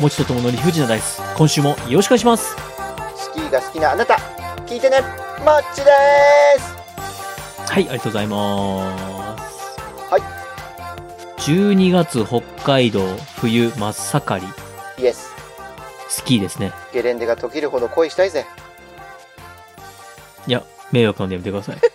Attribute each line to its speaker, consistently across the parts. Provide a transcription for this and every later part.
Speaker 1: もちとともの理不尽なダイス。今週もよろしくお願いします。
Speaker 2: スキーが好きなあなた、聞いてね、マッチでーす
Speaker 1: はい、ありがとうございます。
Speaker 2: はい。
Speaker 1: 12月北海道冬真っ盛り。
Speaker 2: イエス、
Speaker 1: スキーですね。
Speaker 2: ゲレンデが溶けるほど恋したいぜ。
Speaker 1: いや、迷惑なんでやめてください。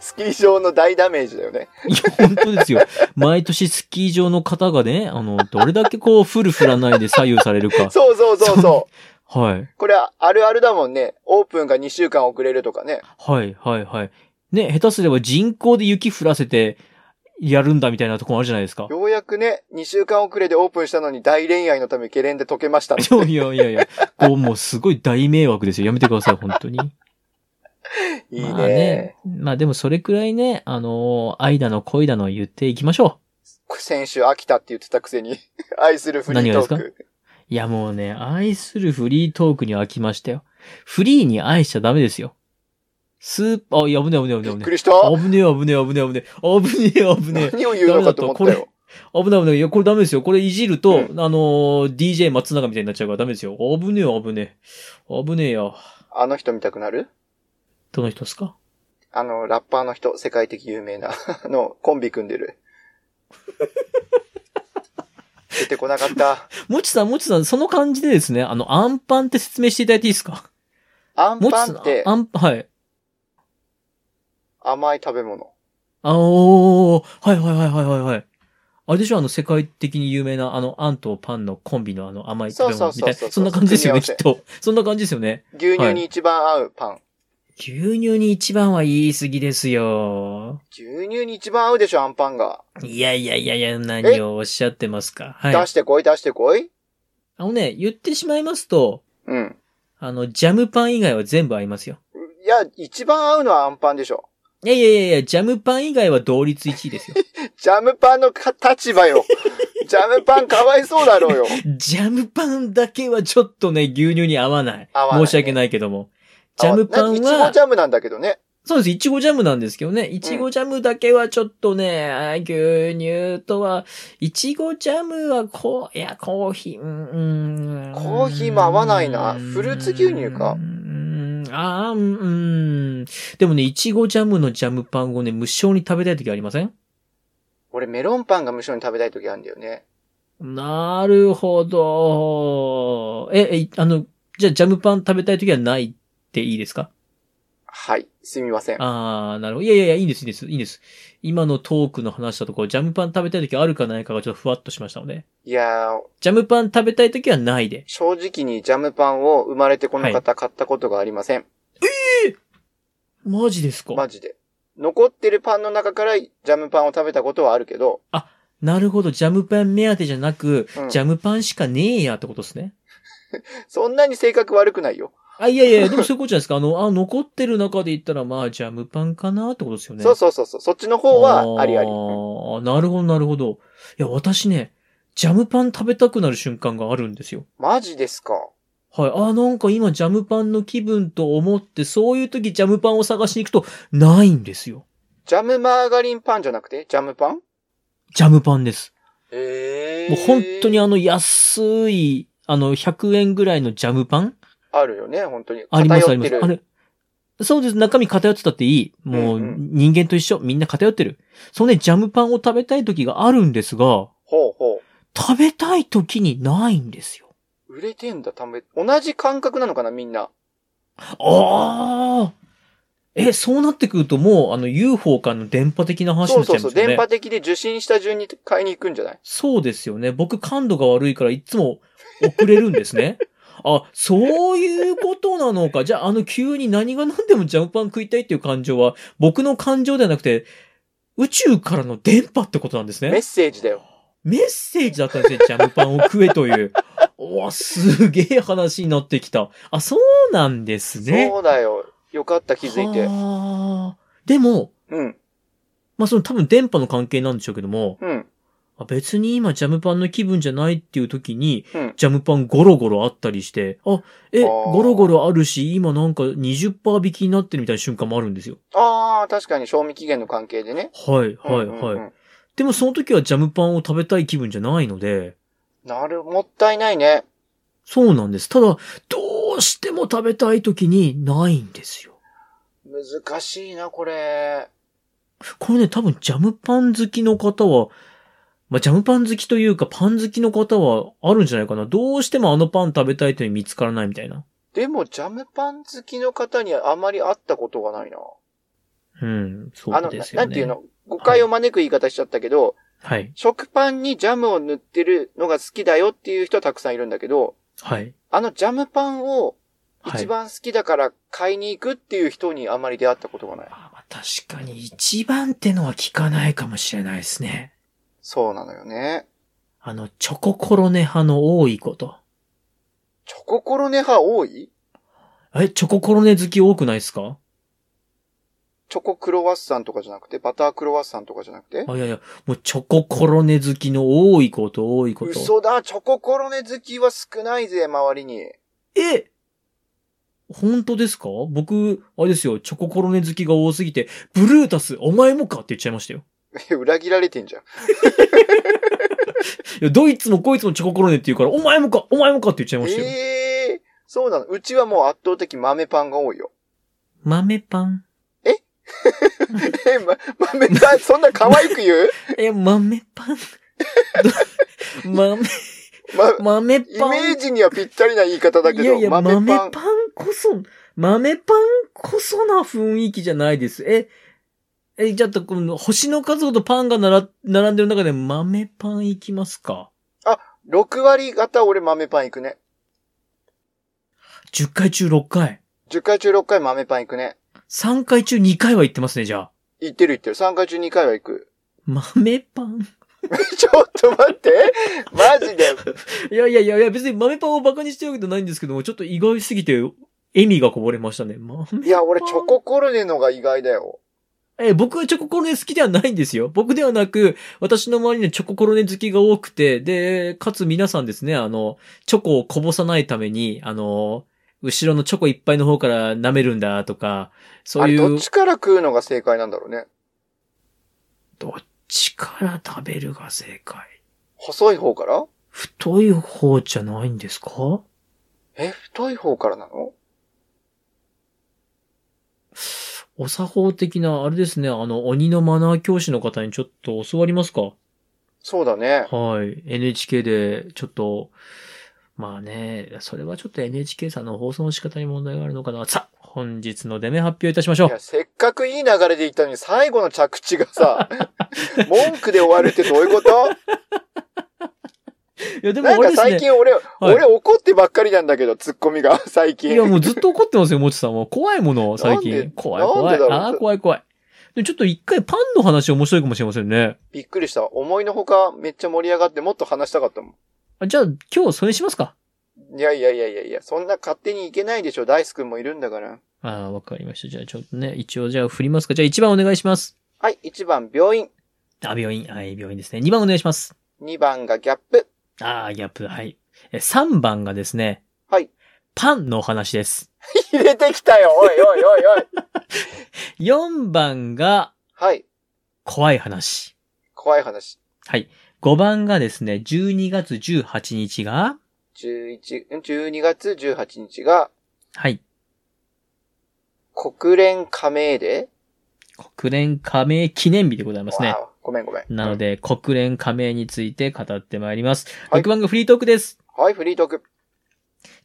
Speaker 2: スキー場の大ダメージだよね。
Speaker 1: いや、本当ですよ。毎年スキー場の方がね、あの、どれだけこう、降る降らないで左右されるか。
Speaker 2: そうそうそうそう。
Speaker 1: はい。
Speaker 2: これはあるあるだもんね。オープンが2週間遅れるとかね。
Speaker 1: はい、はい、はい。ね、下手すれば人工で雪降らせて、やるんだみたいなとこもあるじゃないですか。
Speaker 2: ようやくね、2週間遅れでオープンしたのに大恋愛のためゲレンデ溶けましたね。
Speaker 1: いやいやいやいや、こうもうすごい大迷惑ですよ。やめてください、本当に。
Speaker 2: いい
Speaker 1: まあ
Speaker 2: ね。。
Speaker 1: まあでもそれくらいね、あのー愛だの恋だの言っていきましょ
Speaker 2: 先週飽きたって言ってたくせに、 愛するフリートー
Speaker 1: 何が
Speaker 2: ク。
Speaker 1: う。いやもうね、愛するフリートークに飽きましたよ。フリーに愛しちゃダメですよ。スーパー、あ、いや危ねえ危ねえ危ねえ
Speaker 2: びっ
Speaker 1: 危
Speaker 2: く
Speaker 1: ねえ。
Speaker 2: りした。
Speaker 1: 危ねえ危ねえ危ねえ危ねえ。危ねえ危ねえ。
Speaker 2: 何を言うのかと思った
Speaker 1: ダメだ
Speaker 2: よ
Speaker 1: と。危ない危ない。いや、これダメですよ。これいじると、
Speaker 2: う
Speaker 1: あのー DJ 松永みたいになっちゃうからダメですよ。危ねえ危ねえ。危ねえよ。
Speaker 2: あの人見たくなる
Speaker 1: どの人ですか
Speaker 2: あの、ラッパーの人、世界的有名な、 あの、コンビ組ん でる。出てこなかった。
Speaker 1: もちさん、もちさん、その感じでですね、あの、アンパンって説明していただいていいですか
Speaker 2: アン
Speaker 1: もち
Speaker 2: パ
Speaker 1: さ
Speaker 2: ン
Speaker 1: ん、
Speaker 2: って
Speaker 1: あん、はい。
Speaker 2: 甘い食べ物。
Speaker 1: あおー、はいはいはいはいはいはい。あれでしょあの、世界的に有名な、あの、あんとパンのコンビのあの、甘い食べ
Speaker 2: そう
Speaker 1: 物
Speaker 2: そう
Speaker 1: み
Speaker 2: そ
Speaker 1: た
Speaker 2: う
Speaker 1: い
Speaker 2: そう
Speaker 1: な。そんな感じですよね、きっ
Speaker 2: 組み
Speaker 1: と。そんな感じですよね。
Speaker 2: 牛乳に一番合うパン。
Speaker 1: 牛乳に一番は言い過ぎですよ。
Speaker 2: 牛乳に一番合うでしょ、アンパンが。
Speaker 1: いやいやいやいや、何をおっしゃってますか。はい。
Speaker 2: 出してこい、出してこい。
Speaker 1: あのね、言ってしまいますと、
Speaker 2: うん。
Speaker 1: あの、ジャムパン以外は全部合いますよ。
Speaker 2: いや、一番合うのはアンパンでしょ。
Speaker 1: いやいやいやいや、ジャムパン以外は同率1位です よ。
Speaker 2: ジャムパンのか立 場よ。ジャムパンかわいそうだろうよ。
Speaker 1: ジャムパンだけはちょっとね、牛乳に合わない。
Speaker 2: 合わないね
Speaker 1: 申し訳ないけども。ジャムパン
Speaker 2: いちご
Speaker 1: は
Speaker 2: ジ、ャムなんだけどね。
Speaker 1: そうです、いちごジャムなんですけどね。いちごジャムだけはちょっとね、あー牛乳とは、いちごジャムはこう、いや、コーヒー、うーん。
Speaker 2: コーヒーも合わないなフルーツ牛乳か
Speaker 1: うーんああ、うんうん。でもね、いちごジャムのジャムパンをね、無償に食べたい時ありません
Speaker 2: 俺、メロンパンが無性に食べたい時あるんだよね。
Speaker 1: なるほど。え、え、あの、じゃあジャムパン食べたい時はないっていいですか
Speaker 2: はい。すみません。
Speaker 1: ああ、なるほど。いやいやいや、いいんです、いいんです、いいんです。今のトークの話したところ、ジャムパン食べたい時あるかないかがちょっとふわっとしましたので。
Speaker 2: いやー、
Speaker 1: ジャムパン食べたい時はないで。
Speaker 2: 正直にジャムパンを生まれてこの方買ったことがありません。
Speaker 1: マジですか、
Speaker 2: マジで。残ってるパンの中からジャムパンを食べたことはあるけど、
Speaker 1: なるほど、ジャムパン目当てじゃなく、
Speaker 2: うん
Speaker 1: ジャムパンしかねえやってことですね。
Speaker 2: そんなに性格悪くないよ。
Speaker 1: あ、いやいや、でもそういうことじゃないですか。あの、あ、残ってる中で言ったら、まあ、ジャムパンかなってことですよね。
Speaker 2: そうそうそうそう。そっちの方はありあり。うん
Speaker 1: ーなるほど、なるほど。いや、私ね、ジャムパン食べたくなる瞬間があるんですよ。
Speaker 2: マジですか。
Speaker 1: はい。あー、なんか今ジャムパンの気分と思って、そういう時ジャムパンを探しに行くと、ないんですよ。
Speaker 2: ジャムマーガリンパンじゃなくてジャムパン
Speaker 1: ジャムパンです。
Speaker 2: え
Speaker 1: もう本当にあの安い、あの、100円ぐらいのジャムパン
Speaker 2: あるよね、本当に。
Speaker 1: あります、あ
Speaker 2: 偏
Speaker 1: り
Speaker 2: っ
Speaker 1: ま
Speaker 2: て
Speaker 1: す
Speaker 2: る。。
Speaker 1: あれそうです。中身偏ってたっていい。もう、
Speaker 2: うんうん
Speaker 1: 人間と一緒。みんな偏ってる。そのね、ジャムパンを食べたい時があるんですが、
Speaker 2: ほうほ
Speaker 1: 食べたい時にないんですよ。
Speaker 2: う。売れてんだ、ため。同じ感覚なのかな、みんな。
Speaker 1: ああえ、そうなってくるともう、あの、UFO 間の電波的な話に
Speaker 2: そ
Speaker 1: な
Speaker 2: う
Speaker 1: っちゃ
Speaker 2: そう
Speaker 1: います
Speaker 2: そう。
Speaker 1: よね。
Speaker 2: 電波的で受信した順に買いに行くんじゃない
Speaker 1: そうですよね。僕、感度が悪いからいつも遅れるんです ね。あ、そういうことなのか。じゃあ、あの、急に何が何でもジャムパン食いたいっていう感情は、僕の感情ではなくて、宇宙からの電波ってことなんです
Speaker 2: メッ
Speaker 1: ね。
Speaker 2: セージだよ。
Speaker 1: メッセージだったんですね。ジャムパンを食えと いう。うわ、すげえ話になってきた。あ、そうなんですね。
Speaker 2: そうだよ。よかった、気づいて。
Speaker 1: はあでも、
Speaker 2: うん、
Speaker 1: まあ、その多分電波の関係なんでしょうけども、
Speaker 2: うん、
Speaker 1: あ別に今ジャムパンの気分じゃないっていう時に、
Speaker 2: うん。
Speaker 1: ジャムパンゴロゴロあったりして、あ、え、
Speaker 2: あー
Speaker 1: ゴロゴロあるし、今なんか20%引きになってるみたいな瞬間もあるんですよ。
Speaker 2: ああ、確かに賞味期限の関係でね。
Speaker 1: はい、はい、
Speaker 2: うんうんう
Speaker 1: はい。
Speaker 2: ん
Speaker 1: でもその時はジャムパンを食べたい気分じゃないので、
Speaker 2: なる、もったいないね。
Speaker 1: そうなんです。ただ、どうしても食べたい時にないんですよ。
Speaker 2: 難しいな、これ。
Speaker 1: これね、多分ジャムパン好きの方は、まあ、ジャムパン好きというか、パン好きの方はあるんじゃないかな。どうしてもあのパン食べたいというのに見つからないみたいな。
Speaker 2: でも、ジャムパン好きの方にはあまり会ったことがないな。
Speaker 1: うん、そ
Speaker 2: あの、
Speaker 1: う
Speaker 2: な
Speaker 1: ですよね。
Speaker 2: なんていうの誤解を招く言い方しちゃったけど、
Speaker 1: はい。
Speaker 2: 食パンにジャムを塗ってるのが好きだよっていう人はたくさんいるんだけど、
Speaker 1: はい。
Speaker 2: あのジャムパンを
Speaker 1: はい
Speaker 2: 一番好きだから買いに行くっていう人にあまり出会ったことがない。
Speaker 1: あまあ確かに一番ってのは聞かないかもしれないですね。
Speaker 2: そうなのよね。
Speaker 1: あの、チョココロネ派の多いこと。
Speaker 2: チョココロネ派多い
Speaker 1: え、チョココロネ好き多くないですか
Speaker 2: チョコクロワッサンとかじゃなくて、バタークロワッサンとかじゃなくて
Speaker 1: あ、いやいや、もうチョココロネ好きの多いこと多いこと。
Speaker 2: 嘘だ、チョココロネ好きは少ないぜ、周りに。
Speaker 1: え本当ですか僕、あれですよ、チョココロネ好きが多すぎて、ブルータス、お前もかって言っちゃいましたよ。
Speaker 2: 裏切られてんじゃん。
Speaker 1: いや、ドイツもこいつもチョココロネって言うから、お前もかお前もかって言っちゃいましたよ。
Speaker 2: ええー、そうなの。うちはもう圧倒的豆パンが多いよ。
Speaker 1: 豆パン
Speaker 2: え、ま、豆パン、そんな可愛く 言う
Speaker 1: え、豆パン ど豆、
Speaker 2: ま、
Speaker 1: 豆
Speaker 2: イ
Speaker 1: パン。
Speaker 2: メージにはぴったりな言い方だけど、
Speaker 1: いやいや、豆
Speaker 2: 豆
Speaker 1: パ
Speaker 2: パ
Speaker 1: ン
Speaker 2: ン
Speaker 1: こそ、豆パンこそな雰囲気じゃないです。え、え、じゃあ、この星の数ほどパンがなら並んでる中で豆パンいきますか
Speaker 2: 6割方俺豆パン行くね。
Speaker 1: 10回中6回。
Speaker 2: 10回中6回豆パン行くね。
Speaker 1: 3回中2回は行ってますね、じゃあ。
Speaker 2: 行ってる行ってる。3回中2回は行く。
Speaker 1: 豆パン
Speaker 2: ちょっと待って。マジで。
Speaker 1: いやいやいやいや、別に豆パンをバカにしてるわけじゃないんですけども、ちょっと意外すぎて、笑みがこぼれましたね。豆
Speaker 2: いや、俺チョココロネのが意外だよ。
Speaker 1: え、僕はチョココロネ好きではないんですよ。僕ではなく、私の周りにはチョココロネ好きが多くて、で、かつ皆さんですね、あの、チョコをこぼさないために、あの、後ろのチョコいっぱいの方から舐めるんだとか、そ
Speaker 2: あ
Speaker 1: うい
Speaker 2: れ、
Speaker 1: う。
Speaker 2: どっちから食うのが正解なんだろうね。
Speaker 1: どっちから食べるが正解。
Speaker 2: 細い方から
Speaker 1: 太い方じゃないんですか
Speaker 2: え、太い方からなの
Speaker 1: お作法的な、あれですね、あの、鬼のマナー教師の方にちょっと教わりますか
Speaker 2: そうだね。
Speaker 1: はい。NHK で、ちょっと、まあね、それはちょっと NHK さんの放送の仕方に問題があるのかな。さあ、本日の出目発表いたしましょ
Speaker 2: いうや、。せっかくいい流れで行ったのに、最後の着地 がさ、文句で終わるってどういうこと
Speaker 1: いや、でも
Speaker 2: なん
Speaker 1: あれ
Speaker 2: か
Speaker 1: です
Speaker 2: 最
Speaker 1: ね。
Speaker 2: 近俺、俺怒ってばっかりなんだけど、ツッコミが、 最
Speaker 1: い
Speaker 2: 近。
Speaker 1: や、もうずっと怒ってますよ、もちさんは。怖いもの、最
Speaker 2: なんで
Speaker 1: 近。怖い怖
Speaker 2: なんで
Speaker 1: い。
Speaker 2: だろう
Speaker 1: ああ、怖い怖い。でちょっと一回パンの話面白いかもしれませんね。
Speaker 2: びっくりした。思いのほかめっちゃ盛り上がってもっと話したかったも
Speaker 1: あじゃあ、今日それにしますか。
Speaker 2: ん。いやいやいやいやいや、そんな勝手にいけないでしょ。ダイス君もいるんだから。
Speaker 1: ああ、わかりました。じゃあ、ちょっとね、一応じゃあ振りますか。じゃあ、1番お願いします。
Speaker 2: はい、1番病院、
Speaker 1: あ、病院。はい、病院ですね。2番お願いします。
Speaker 2: 2番がギャップ。
Speaker 1: ああ、ギャップ。はい。え3番がですね。
Speaker 2: はい。
Speaker 1: パンのお話です。
Speaker 2: 入れてきたよ、おいおいおいおい。
Speaker 1: 4番が
Speaker 2: はい、
Speaker 1: 怖い話。
Speaker 2: 怖い話。
Speaker 1: はい。5番がですね、12月18日が、
Speaker 2: 11、ん12月18日が
Speaker 1: はい。
Speaker 2: 国連加盟で
Speaker 1: 国連加盟記念日でございますね。
Speaker 2: ごめんごめん。
Speaker 1: なの
Speaker 2: う
Speaker 1: で、国連加盟について語ってまいります。
Speaker 2: はい
Speaker 1: 6番がフリートークです。
Speaker 2: ん。はい、フリートーク。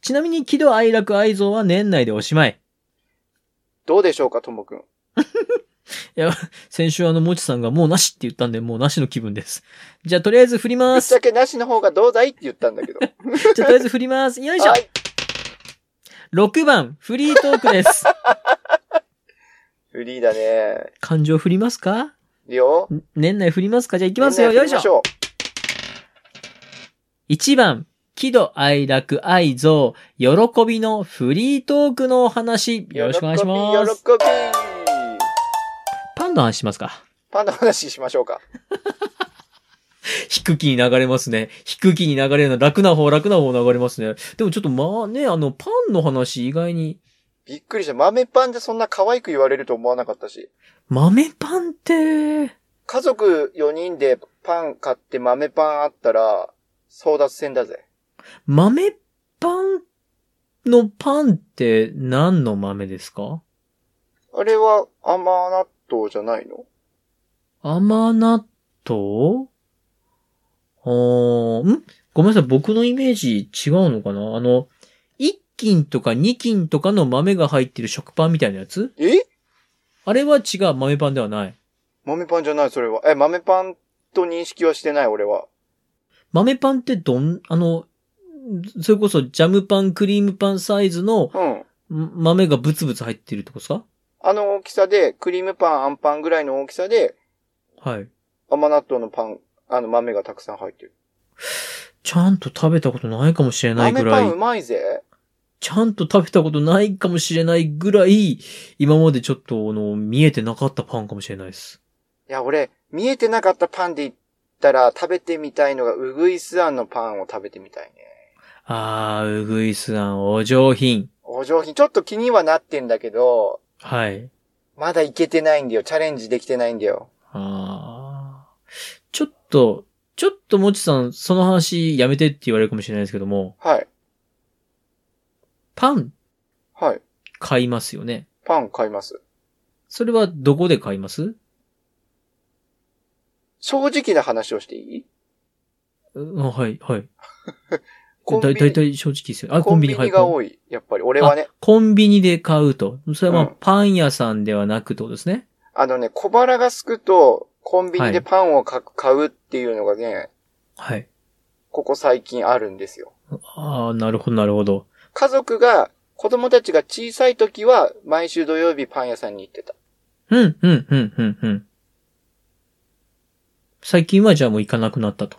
Speaker 1: ちなみに、喜怒哀楽愛憎は年内でおしまい。
Speaker 2: どうでしょうか、ともくん。
Speaker 1: 先週あの、もちさんがもうなしって言ったんで、もうなしの気分です。じゃあ、とりあえず振り
Speaker 2: ぶ
Speaker 1: ま
Speaker 2: っちゃ
Speaker 1: す。
Speaker 2: けなしの方がどうだいって言ったんだけど。
Speaker 1: じゃあ、とりあえず振ります。よいしょ
Speaker 2: は。い。
Speaker 1: 6番、フリートークです。
Speaker 2: フリーだね。
Speaker 1: 感情振りますか
Speaker 2: いいよ。
Speaker 1: ん年内振りますかじゃあ行きますよ。
Speaker 2: みんな
Speaker 1: よい
Speaker 2: やり
Speaker 1: し
Speaker 2: ま
Speaker 1: ょ
Speaker 2: し。ょう。
Speaker 1: 1番、喜怒哀楽愛憎、喜びのフリートークのお話、よろしくお願いします。
Speaker 2: 喜び、喜び。
Speaker 1: パンの話しますか。
Speaker 2: パンの話しましょうか。
Speaker 1: 低気に流れますね。低気に流れるのは楽な方、楽な方流れますね。でもちょっとまあね、あの、パンの話意外に、
Speaker 2: びっくりした。豆パンでそんな可愛く言われると思わなかったし。
Speaker 1: 豆パンって、
Speaker 2: 家族4人でパン買って豆パンあったら、争奪戦だぜ。
Speaker 1: 豆パンのパンって何の豆ですか
Speaker 2: あれは甘納豆じゃないの
Speaker 1: 甘納豆あーんごめんなさい、僕のイメージ違うのかなあの、1斤とか2斤とかの豆が入ってる食パンみたいなやつ
Speaker 2: え
Speaker 1: あれは違う、豆パンではない。
Speaker 2: 豆パンじゃない、それは。え、豆パンと認識はしてない、俺は。
Speaker 1: 豆パンってどん、あの、それこそジャムパン、クリームパンサイズの
Speaker 2: うん。
Speaker 1: ん豆がブツブツ入ってるってことですか
Speaker 2: あの大きさで、クリームパン、あんパンぐらいの大きさで、
Speaker 1: はい。
Speaker 2: 甘納豆のパン、あの豆がたくさん入ってる。
Speaker 1: ちゃんと食べたことないかもしれない
Speaker 2: 豆
Speaker 1: ぐら
Speaker 2: パ
Speaker 1: い
Speaker 2: ンう。まいぜ。
Speaker 1: ちゃんと食べたことないかもしれないぐらい、今までちょっと、あの、見えてなかったパンかもしれないです。
Speaker 2: いや、俺、見えてなかったパンで言ったら、食べてみたいのが、うぐいすあんのパンを食べてみたいね。
Speaker 1: あー、うぐいすあん、お上品。
Speaker 2: お上品。ちょっと気にはなってんだけど、
Speaker 1: はい。
Speaker 2: まだいけてないんだよ。チャレンジできてないんだよ。
Speaker 1: あー。ちょっと、ちょっともちさん、その話やめてって言われるかもしれないですけども、
Speaker 2: はい。
Speaker 1: パン
Speaker 2: はい。
Speaker 1: 買いますよね。
Speaker 2: パン買います。
Speaker 1: それはどこで買います
Speaker 2: 正直な話をしていい
Speaker 1: うんあはい、はい。
Speaker 2: コンビ
Speaker 1: だ
Speaker 2: ニ
Speaker 1: だいたい正直ですよ。あ、
Speaker 2: コ
Speaker 1: コ
Speaker 2: ン
Speaker 1: ン
Speaker 2: ビ
Speaker 1: ビニ、は
Speaker 2: ニ
Speaker 1: い。
Speaker 2: が多い。やっぱり、俺はね。
Speaker 1: コンビニで買うと。それはまあ、
Speaker 2: うん
Speaker 1: パン屋さんではなくってことですね。
Speaker 2: あのね、小腹がすくと、コンビニ
Speaker 1: は
Speaker 2: で
Speaker 1: い
Speaker 2: パンをか買うっていうのがね、
Speaker 1: はい。
Speaker 2: ここ最近あるんですよ。
Speaker 1: ああ、なるほど、なるほど。
Speaker 2: 家族が、子供たちが小さい時は、毎週土曜日パン屋さんに行ってた。
Speaker 1: うん、うん、うん、うん、うん。最近はじゃあもう行かなくなったと。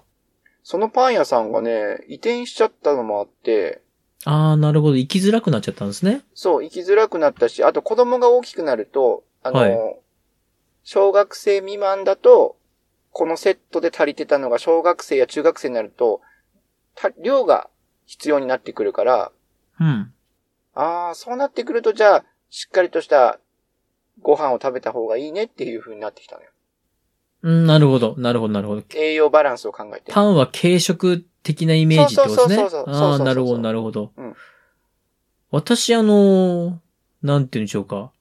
Speaker 2: そのパン屋さんがね、移転しちゃったのもあって、
Speaker 1: ああ、なるほど。行きづらくなっちゃったんですね。
Speaker 2: そう、行きづらくなったし、あと子供が大きくなると、あの、
Speaker 1: はい
Speaker 2: 小学生未満だと、このセットで足りてたのが小学生や中学生になると、た量が必要になってくるから、
Speaker 1: うん。
Speaker 2: ああ、そうなってくるとじゃあ、しっかりとしたご飯を食べた方がいいねっていう風になってきたのよ。
Speaker 1: うん、なるほど、なるほど、なるほど。
Speaker 2: 栄養バランスを考えて。
Speaker 1: パンは軽食的なイメージってことですね。
Speaker 2: そうそうそうそう
Speaker 1: あ
Speaker 2: そうそうそう
Speaker 1: あ、
Speaker 2: そう
Speaker 1: なるほど、なるほど。
Speaker 2: うん
Speaker 1: 私、あのーなんて言うんでしょうか。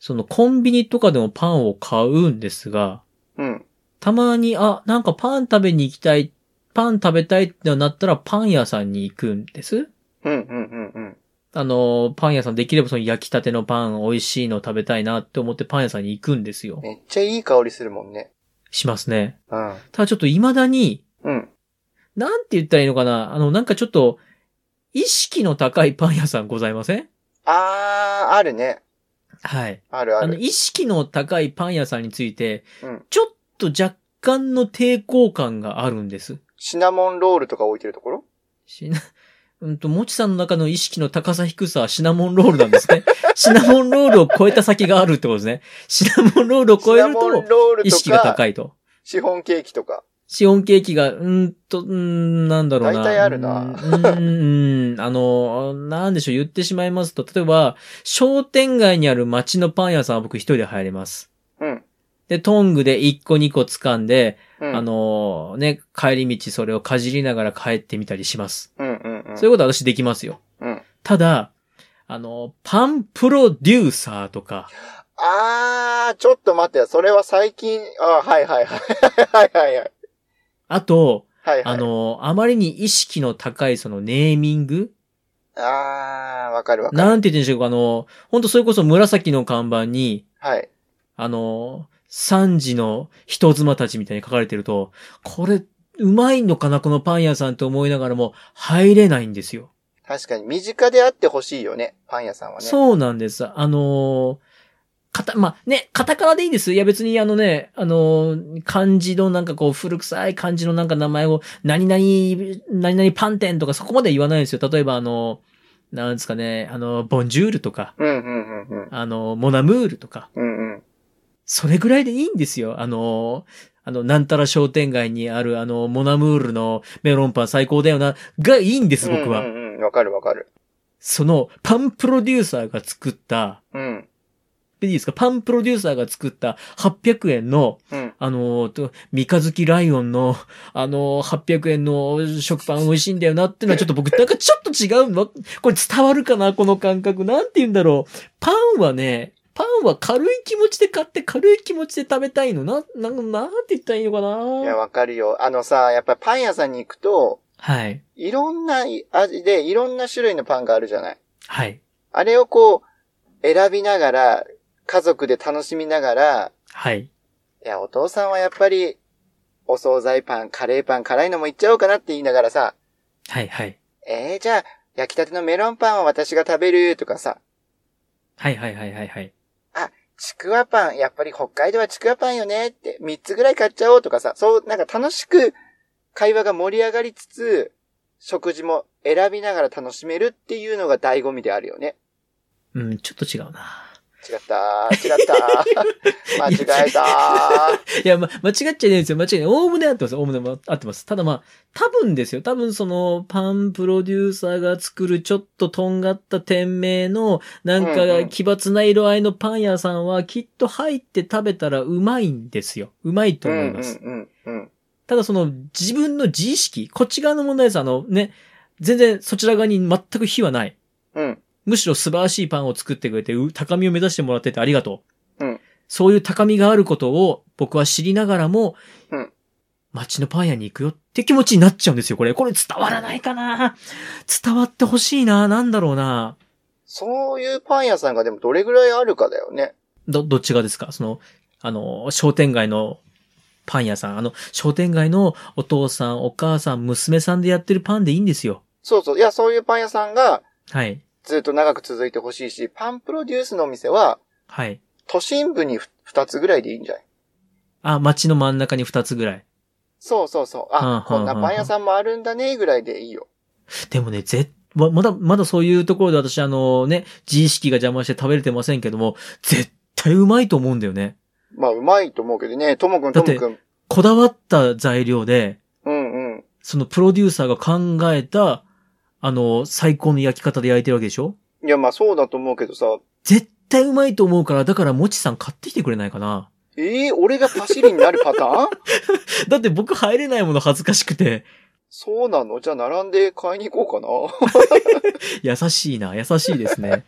Speaker 1: その、コンビニとかでもパンを買うんですが、
Speaker 2: うん。
Speaker 1: たまに、あ、なんかパン食べに行きたい、パン食べたいってなったらパン屋さんに行くんです。
Speaker 2: うん、うん、うん、うん。
Speaker 1: あの、パン屋さんできればその焼きたてのパン美味しいの食べたいなって思ってパン屋さんに行くんですよ。
Speaker 2: めっちゃいい香りするもんね。
Speaker 1: しますね。
Speaker 2: うん。
Speaker 1: ただちょっと未だに、
Speaker 2: うん。
Speaker 1: なんて言ったらいいのかなあの、なんかちょっと、意識の高いパン屋さんございません
Speaker 2: あー、あるね。
Speaker 1: はい。
Speaker 2: あるあ
Speaker 1: あの、
Speaker 2: る。
Speaker 1: 意識の高いパン屋さんについて、
Speaker 2: うん
Speaker 1: ちょっと若干の抵抗感があるんです。
Speaker 2: シナモンロールとか置いてるところ
Speaker 1: しな、 うんと、もちさんの中の意識の高さ低さはシナモンロールなんです ね。シナモンロールを超えた先があるってことですね。シナモンロールを超え
Speaker 2: シナ
Speaker 1: る
Speaker 2: モ
Speaker 1: と
Speaker 2: ン、ロール
Speaker 1: 意
Speaker 2: と
Speaker 1: 識が
Speaker 2: か、
Speaker 1: 高いと。
Speaker 2: シフォンケーキとか。
Speaker 1: シオンケーキが、うーんと、うーん、なんだろうな。
Speaker 2: 大体あるな
Speaker 1: うーん、うーんあの、なんでしょう、言ってしまいますと、例えば、商店街にある街のパン屋さんは僕一人で入れます。
Speaker 2: うん。
Speaker 1: で、トングで1個2個掴んで、
Speaker 2: うん。
Speaker 1: あ、の、ね、帰り道それをかじりながら帰ってみたりします。
Speaker 2: うんうんうん。
Speaker 1: そういうことは私できますよ。
Speaker 2: うん。
Speaker 1: ただ、あの、パンプロデューサーとか、
Speaker 2: あー、ちょっと待ってよ。それは最近、あーはいはいはい。はいはいはい。
Speaker 1: あと、
Speaker 2: はいはい。
Speaker 1: あ、の、あまりに意識の高いそのネーミング
Speaker 2: あー、わかるわかる。
Speaker 1: なんて言ってんでしょうか、あの、本当それこそ紫の看板に、
Speaker 2: はい。
Speaker 1: あの、三時の人妻たちみたいに書かれてると、これ、うまいのかな、このパン屋さんって思いながらも、入れないんですよ。
Speaker 2: 確かに、身近であってほしいよね。パン屋さんはね。う。
Speaker 1: そうなんです。あのー、かた、まあ、ね、カタカナでいいです。いや別にあのね、あのー、漢字のなんかこう古臭い漢字のなんか名前を、何々、何々パン店とかそこまでは言わないんですよ。例えばあの、なんですかね、あの、ボンジュールとか、
Speaker 2: うんうんうんうん。
Speaker 1: あの、モナムールとか、
Speaker 2: うんうん。
Speaker 1: それぐらいでいいんですよ。あの、あの、なんたら商店街にある、あの、モナムールのメロンパン最高だよな、がいいんです、僕は。
Speaker 2: うんうんうん。わかるわかる。
Speaker 1: その、パンプロデューサーが作った、
Speaker 2: うん。
Speaker 1: いいですかパンプロデューサーが作った800円の、
Speaker 2: うん。
Speaker 1: あのーと、三日月ライオンの、あのー800円の食パン美味しいんだよなっていうのはちょっと僕、なんかちょっと違うの。これ伝わるかなこの感覚。なんて言うんだろう。パンはね、パンは軽い気持ちで買って軽い気持ちで食べたいの。な、な、なんて言ったらいいのか
Speaker 2: いや、
Speaker 1: な
Speaker 2: わかるよ。あのさ、やっぱパン屋さんに行くと、
Speaker 1: はい。
Speaker 2: いろんな味で、いろんな種類のパンがあるじゃない。
Speaker 1: はい。
Speaker 2: あれをこう、選びながら、家族で楽しみながら、
Speaker 1: はい。
Speaker 2: いや、お父さんはやっぱり、お惣菜パン、カレーパン、辛いのもいっちゃおうかなって言いながらさ、
Speaker 1: はい、はい。
Speaker 2: えー、じゃあ、焼きたてのメロンパンは私が食べるとかさ、
Speaker 1: はい、はい、はい、はい、はい。
Speaker 2: ちくわパン、やっぱり北海道はちくわパンよねって、3つぐらい買っちゃおうとかさ、そう、なんか楽しく会話が盛り上がりつつ、食事も選びながら楽しめるっていうのが醍醐味であるよね。
Speaker 1: うん、ちょっと違うな。
Speaker 2: 違ったー、違ったー、間違えた
Speaker 1: いや、ま、間違っちゃいないですよ。間違いない。おおむね合ってます。おおむね合ってます。ただまあ、多分ですよ。多分その、パンプロデューサーが作るちょっととんがった店名の、なん
Speaker 2: うんう
Speaker 1: か、
Speaker 2: ん
Speaker 1: 奇抜な色合いのパン屋さんは、きっと入って食べたらうまいんですよ。うまい
Speaker 2: ー。
Speaker 1: と思います。
Speaker 2: うんうんうんうん。
Speaker 1: ただその、自分の自意識、こっち側の問題です。あの、ね、全然そちら側に全く非はない。
Speaker 2: うん。
Speaker 1: むしろ素晴らしいパンを作ってくれて、う高みを目指してもらっててありがとう。
Speaker 2: うん
Speaker 1: そういう高みがあることを僕は知りながらも、
Speaker 2: うん
Speaker 1: 街のパン屋に行くよって気持ちになっちゃうんですよ、これ。これ伝わらないかな伝わってほしいななんだろうな
Speaker 2: そういうパン屋さんがでもどれぐらいあるかだよね。
Speaker 1: ど、どっちがですかその、あの、商店街のパン屋さん。あの、商店街のお父さん、お母さん、娘さんでやってるパンでいいんですよ。
Speaker 2: そうそう。いや、そういうパン屋さんが
Speaker 1: はい。
Speaker 2: ずっと長く続いてほしいし、パンプロデュースのお店は、
Speaker 1: はい。
Speaker 2: 都心部に2つぐらいでいいんじゃない
Speaker 1: あ、街の真ん中に2つぐらい。
Speaker 2: そうそうそう。
Speaker 1: うんうんうんう
Speaker 2: あ
Speaker 1: ん、
Speaker 2: こんなパン屋さんもあるんだね、ぐらいでいいよ。
Speaker 1: でもね、ぜ、ままだ、まだそういうところで私あのね、自意識が邪魔して食べれてませんけども、絶対うまいと思うんだよね。
Speaker 2: まあ、うまいと思うけどね、ともくん、
Speaker 1: だ
Speaker 2: と
Speaker 1: って
Speaker 2: もくん。
Speaker 1: こだわった材料で、
Speaker 2: うんうん。
Speaker 1: そのプロデューサーが考えた、あの、最高の焼き方で焼いてるわけでしょ
Speaker 2: いや、まあ、そうだと思うけどさ、
Speaker 1: 絶対うまいと思うから、だからもちさん買ってきてくれないかな。
Speaker 2: ええ俺がパシリになるパターン
Speaker 1: だって僕入れないもの恥ずかしくて、
Speaker 2: そうなのじゃあ、並んで買いに行こうかな。
Speaker 1: 優しいな、優しいですね。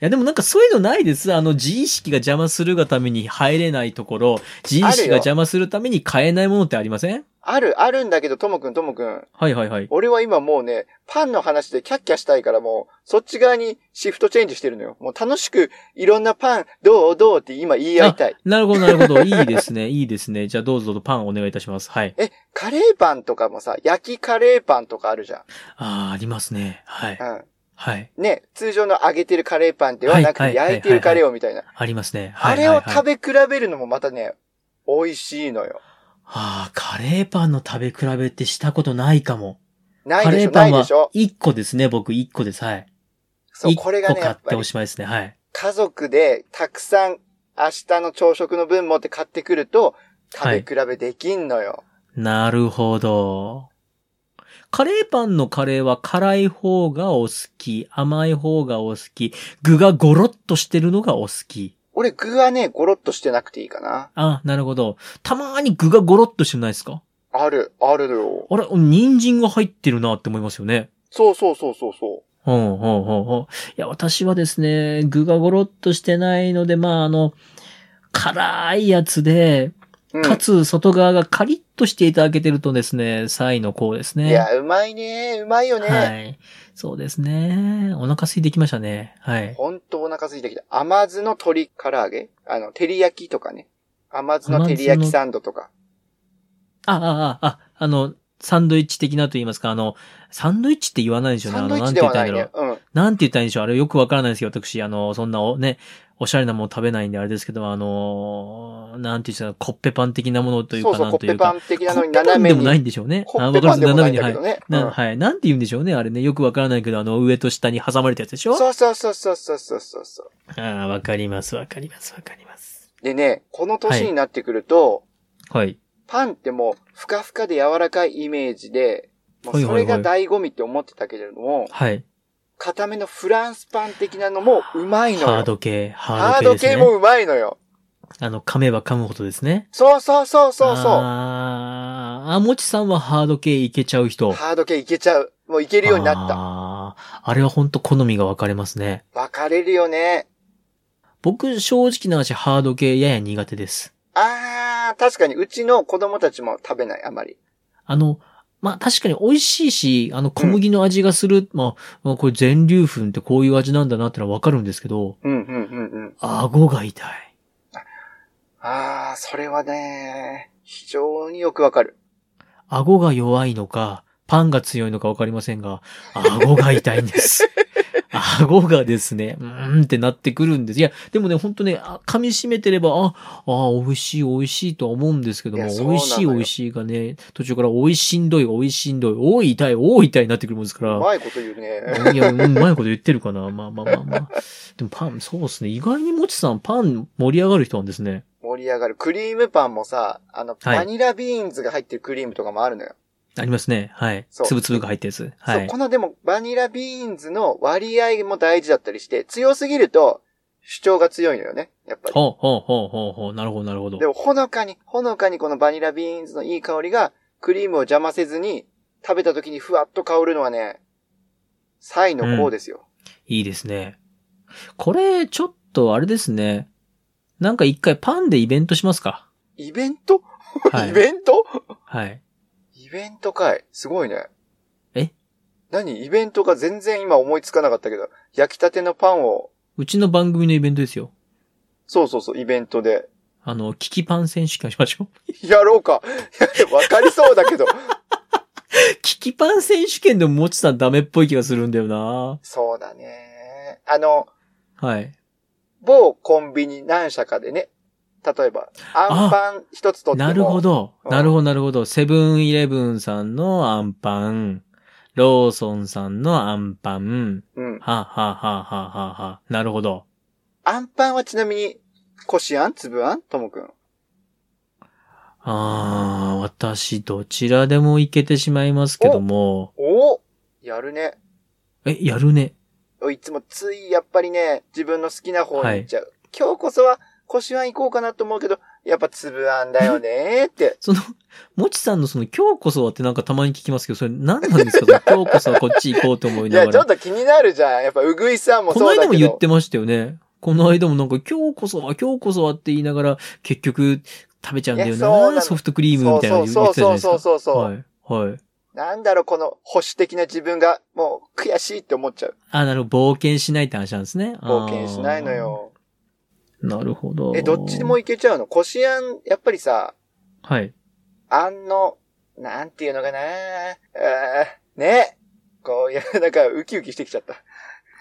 Speaker 1: いや、でもなんかそういうのないです。あの、自意識が邪魔するがために入れないところ、自意識が邪魔するために買えないものってありません
Speaker 2: ある、あるんだけど、ともくん、ともくん。
Speaker 1: はいはいはい。
Speaker 2: 俺は今もうね、パンの話でキャッキャしたいからもう、そっち側にシフトチェンジしてるのよ。もう楽しく、いろんなパン、どうどうって今言い合いたい。
Speaker 1: なるほどなるほど。いいですね。 いいですね。じゃあどうぞどうぞパンお願いいたします。はい。
Speaker 2: え、カレーパンとかもさ、焼きカレーパンとかあるじゃ
Speaker 1: ああ、ありますね。はい。
Speaker 2: ん。うん。
Speaker 1: はい。
Speaker 2: ね、通常の揚げてるカレーパンで
Speaker 1: は
Speaker 2: はいなく
Speaker 1: はい
Speaker 2: て焼いてるカレーをみたいな。
Speaker 1: ありますね。は
Speaker 2: あ
Speaker 1: いはい
Speaker 2: れ
Speaker 1: はい、
Speaker 2: を食べ比べるのもまたね、美味しいのよ。
Speaker 1: ああ、カレーパンの食べ比べってしたことないかも。
Speaker 2: な
Speaker 1: カ
Speaker 2: いで
Speaker 1: レ
Speaker 2: し
Speaker 1: ー
Speaker 2: ょ、
Speaker 1: パ
Speaker 2: な
Speaker 1: ン
Speaker 2: い
Speaker 1: は
Speaker 2: でしょ。
Speaker 1: 1個ですね。僕1個です。はい。
Speaker 2: そう、
Speaker 1: 一
Speaker 2: これがね、
Speaker 1: 個
Speaker 2: や
Speaker 1: 買
Speaker 2: っ
Speaker 1: っ
Speaker 2: ぱ
Speaker 1: てお
Speaker 2: り
Speaker 1: しまいですね。はい。
Speaker 2: 家族でたくさん明日の朝食の分持って買ってくると、
Speaker 1: はい
Speaker 2: 食べ比べできんのよ。
Speaker 1: なるほど。カレーパンのカレーは辛い方がお好き、甘い方がお好き、具がゴロッとしてるのがお好き。
Speaker 2: 俺、具はね、ゴロッとしてなくていいかな。
Speaker 1: あ、なるほど。たまーに具がゴロッとしてないですか
Speaker 2: ある、あるよ。
Speaker 1: あれ、人参が入ってるなって思いますよね。
Speaker 2: そうそうそうそうそ
Speaker 1: うん、うん、うん、うん。いや、私はですね、具がゴロッとしてないので、まあ、あの、辛いやつで、
Speaker 2: う。うん
Speaker 1: かつ外側がカリッとしていただけてるとですね、サイのこうですね。
Speaker 2: いや、うまいね。うまいよね。
Speaker 1: はい。そうですね。お腹空いてきましたね。はい。
Speaker 2: ほんとお腹空いてきた。甘酢の鶏唐揚げあの、照り焼きとかね。甘酢の照り焼きサンドとか。
Speaker 1: あ、あ、あ、あ、あの、サンドイッチ的なと言いますか、あの、サンドイッチって言わないですよね。
Speaker 2: サ
Speaker 1: あ
Speaker 2: ン
Speaker 1: の、
Speaker 2: ドイッ
Speaker 1: な
Speaker 2: チ
Speaker 1: ん
Speaker 2: で
Speaker 1: て言
Speaker 2: は
Speaker 1: ったら
Speaker 2: ない
Speaker 1: い
Speaker 2: い
Speaker 1: んだ
Speaker 2: ね
Speaker 1: ろ。
Speaker 2: うん。
Speaker 1: う。なんて言ったらいいんでしょう。あれよくわからないですよ。私、あの、そんなお、ね、おしゃれなもの食べないんであれですけど、あの、なんて言うんですか、コッペパン的なものという
Speaker 2: そう
Speaker 1: か、
Speaker 2: そ
Speaker 1: な
Speaker 2: う、コ
Speaker 1: んとい
Speaker 2: ッペ
Speaker 1: うか。
Speaker 2: パン的なのに斜め
Speaker 1: コッペパンでもない
Speaker 2: に。
Speaker 1: んでしょうね。
Speaker 2: コ
Speaker 1: あ
Speaker 2: ッ
Speaker 1: わ
Speaker 2: ペ
Speaker 1: かりま
Speaker 2: パ
Speaker 1: す
Speaker 2: ンでもないん
Speaker 1: 斜めに
Speaker 2: だけど
Speaker 1: はい
Speaker 2: ね。う
Speaker 1: な、
Speaker 2: ん
Speaker 1: はい。なんて言うんでしょうね。あれね。よくわからないけど、あの、上と下に挟まれたやつでしょ
Speaker 2: そうそうそうそうそうそうそう。
Speaker 1: ああ、わかります、わかります、わかります。
Speaker 2: でね、この年になってくると、
Speaker 1: はい。
Speaker 2: パンってもう、ふかふかで柔らかいイメージで、もうそれが醍醐味って思ってたけれども、
Speaker 1: はい。
Speaker 2: 固めのフランスパン的なのもうまいのよ。
Speaker 1: ハード系、ハ
Speaker 2: ハ
Speaker 1: ー
Speaker 2: ー
Speaker 1: ド
Speaker 2: ド
Speaker 1: 系ですね。
Speaker 2: 系もうまいのよ。
Speaker 1: あの、噛めば噛むほどですね。
Speaker 2: そうそうそうそうそう。
Speaker 1: あーあ、もちさんはハード系いけちゃう人。
Speaker 2: ハード系いけちゃう。もういけるようになった。
Speaker 1: あーあれは本当好みが分かれますね。
Speaker 2: 分かれるよね。
Speaker 1: 僕、正直な話、ハード系やや苦手です。
Speaker 2: あー、確かにうちの子供たちも食べない、あまり。
Speaker 1: あの、まあ、確かに美味しいし、あの、小麦の味がする。まあ、まあこれ全粒粉ってこういう味なんだなってのは分かるんですけど、
Speaker 2: うん、うん、うん、うん。
Speaker 1: 顎が痛い。
Speaker 2: あー、それはね、非常によくわかる。
Speaker 1: 顎が弱いのか、パンが強いのかわかりませんが、顎が痛いん です。顎がですね、うーんってなってくるんです。いや、でもね、ほんとね、あ噛み締めてれば、あ、あ、美味しい美味しいとは思うんですけども、
Speaker 2: いやそう
Speaker 1: 美
Speaker 2: なのよ
Speaker 1: 味しい美味しいがね、途中から美味しんどい美味しんどい、おい痛い、おい痛いになってくるもんですから。
Speaker 2: うまいこと言うね。
Speaker 1: いや、うんうまいこと言ってるかな。まあまあまあまあ。でもパン、そうですね。意外にもちさん、パン盛り上がる人なんですね。
Speaker 2: 盛り上がる。クリームパンもさ、あの、
Speaker 1: はい
Speaker 2: バニラビーンズが入ってるクリームとかもあるのよ。
Speaker 1: ありますね。はい。
Speaker 2: そう
Speaker 1: つぶつぶが入ったやつ。は
Speaker 2: そう、
Speaker 1: い。
Speaker 2: このでも、バニラビーンズの割合も大事だったりして、強すぎると、主張が強いのよね。やっぱり。
Speaker 1: ほうほうほうほうほう。なるほど、なるほど
Speaker 2: で。も、ほのかに、ほのかにこのバニラビーンズのいい香りが、クリームを邪魔せずに、食べた時にふわっと香るのはね、サイのうですよ。
Speaker 1: いいですね。これ、ちょっと、あれですね。なんか一回パンでイベントしますか。
Speaker 2: イベント、
Speaker 1: はい
Speaker 2: イベント
Speaker 1: はい。
Speaker 2: イベントかい。すごいね。
Speaker 1: え
Speaker 2: 何イベントが全然今思いつかなかったけど、焼きたてのパンを、
Speaker 1: うちの番組のイベントですよ。
Speaker 2: そうそうそう、イベントで。
Speaker 1: あの、キキパン選手権しましょう。
Speaker 2: やろうか。 わかりそうだけど。
Speaker 1: キキパン選手権でももちさんダメっぽい気がするんだよな。
Speaker 2: そうだね。あの、
Speaker 1: はい。
Speaker 2: 某コンビニ何社かでね、例えば、アンパン一つとっても。
Speaker 1: なるほ。ど。
Speaker 2: うん
Speaker 1: なるほど、なるほど。セブンイレブンさんのアンパン、ローソンさんのアンパン、
Speaker 2: うん。
Speaker 1: はあ、はあはあはあはあはあ、なるほど。
Speaker 2: アンパンはちなみに、こしあんつぶあんともくん。
Speaker 1: あー、私どちらでもいけてしまいますけども、
Speaker 2: おおやるね。
Speaker 1: え、やるね。
Speaker 2: いつもついやっぱりね、自分の好きな方に行っちゃう。今日こそは、こしあん行こうかなと思うけど、やっぱつぶあんだよねーって。
Speaker 1: その、もちさんのその、今日こそはってなんかたまに聞きますけど、それ何なん ですかその今日こそはこっち行こうと 思い
Speaker 2: い
Speaker 1: な
Speaker 2: や、
Speaker 1: が
Speaker 2: ちょっ
Speaker 1: ら。
Speaker 2: と気になるじゃん。やっぱ、うぐいさんも
Speaker 1: こ
Speaker 2: そ
Speaker 1: の
Speaker 2: う
Speaker 1: 間
Speaker 2: だけど。
Speaker 1: も言ってましたよね。この間もなんか、今日こそは、今日こそはって言いながら、結局、食べちゃうんだよ
Speaker 2: いやそうな
Speaker 1: な
Speaker 2: の
Speaker 1: ソフトクリームみたいなの言って
Speaker 2: そう
Speaker 1: たじゃな
Speaker 2: そ
Speaker 1: いうです
Speaker 2: そう
Speaker 1: か。
Speaker 2: そうそう。
Speaker 1: はい。はい。
Speaker 2: なんだろう、この保守的な自分が、もう悔しいって思っちゃう。
Speaker 1: あ、なるほど。冒険しないって話なんですね。あー
Speaker 2: 冒険しないの。よ。
Speaker 1: なるほど。
Speaker 2: え、どっちでもいけちゃうのこしあん、やっぱりさ、
Speaker 1: はい。
Speaker 2: あんの、なんていうのかなあーね。こう、いや、なんか、ウキウキしてきちゃった。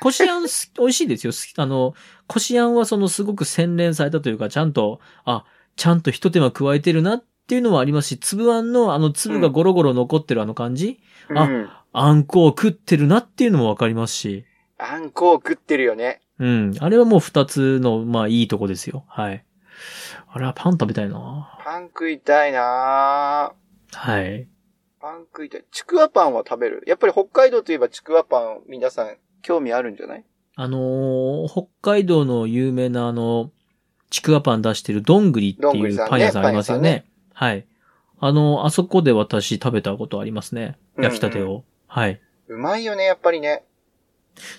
Speaker 1: こしあんす、美味しいですよ。すあの、こしあんはそのすごく洗練されたというか、ちゃんと、あ、ちゃんと一手間加えてるなっていうのはありますし、粒あんのあの粒がゴロゴロ残ってるあの感じ、あ
Speaker 2: うん。
Speaker 1: あんこを食ってるなっていうのもわかりますし、
Speaker 2: あんこを食ってるよね。
Speaker 1: うん。あれはもう二つの、まあいいとこですよ。はい。あれはパン食べたいな
Speaker 2: パン食いたいなぁ
Speaker 1: はい。
Speaker 2: パン食いたい。ちくわパンは食べる。やっぱり北海道といえばちくわパン、皆さん興味あるんじゃない
Speaker 1: あのー北海道の有名なあの、ちくわパン出してるどんぐりって
Speaker 2: どんぐ
Speaker 1: い
Speaker 2: り
Speaker 1: う
Speaker 2: さんね
Speaker 1: パン屋さんありますよね。
Speaker 2: パン屋
Speaker 1: はい。あの、あそこで私食べたことありますね。
Speaker 2: うん
Speaker 1: 焼きたてを。はい。
Speaker 2: うまいよね、やっぱりね。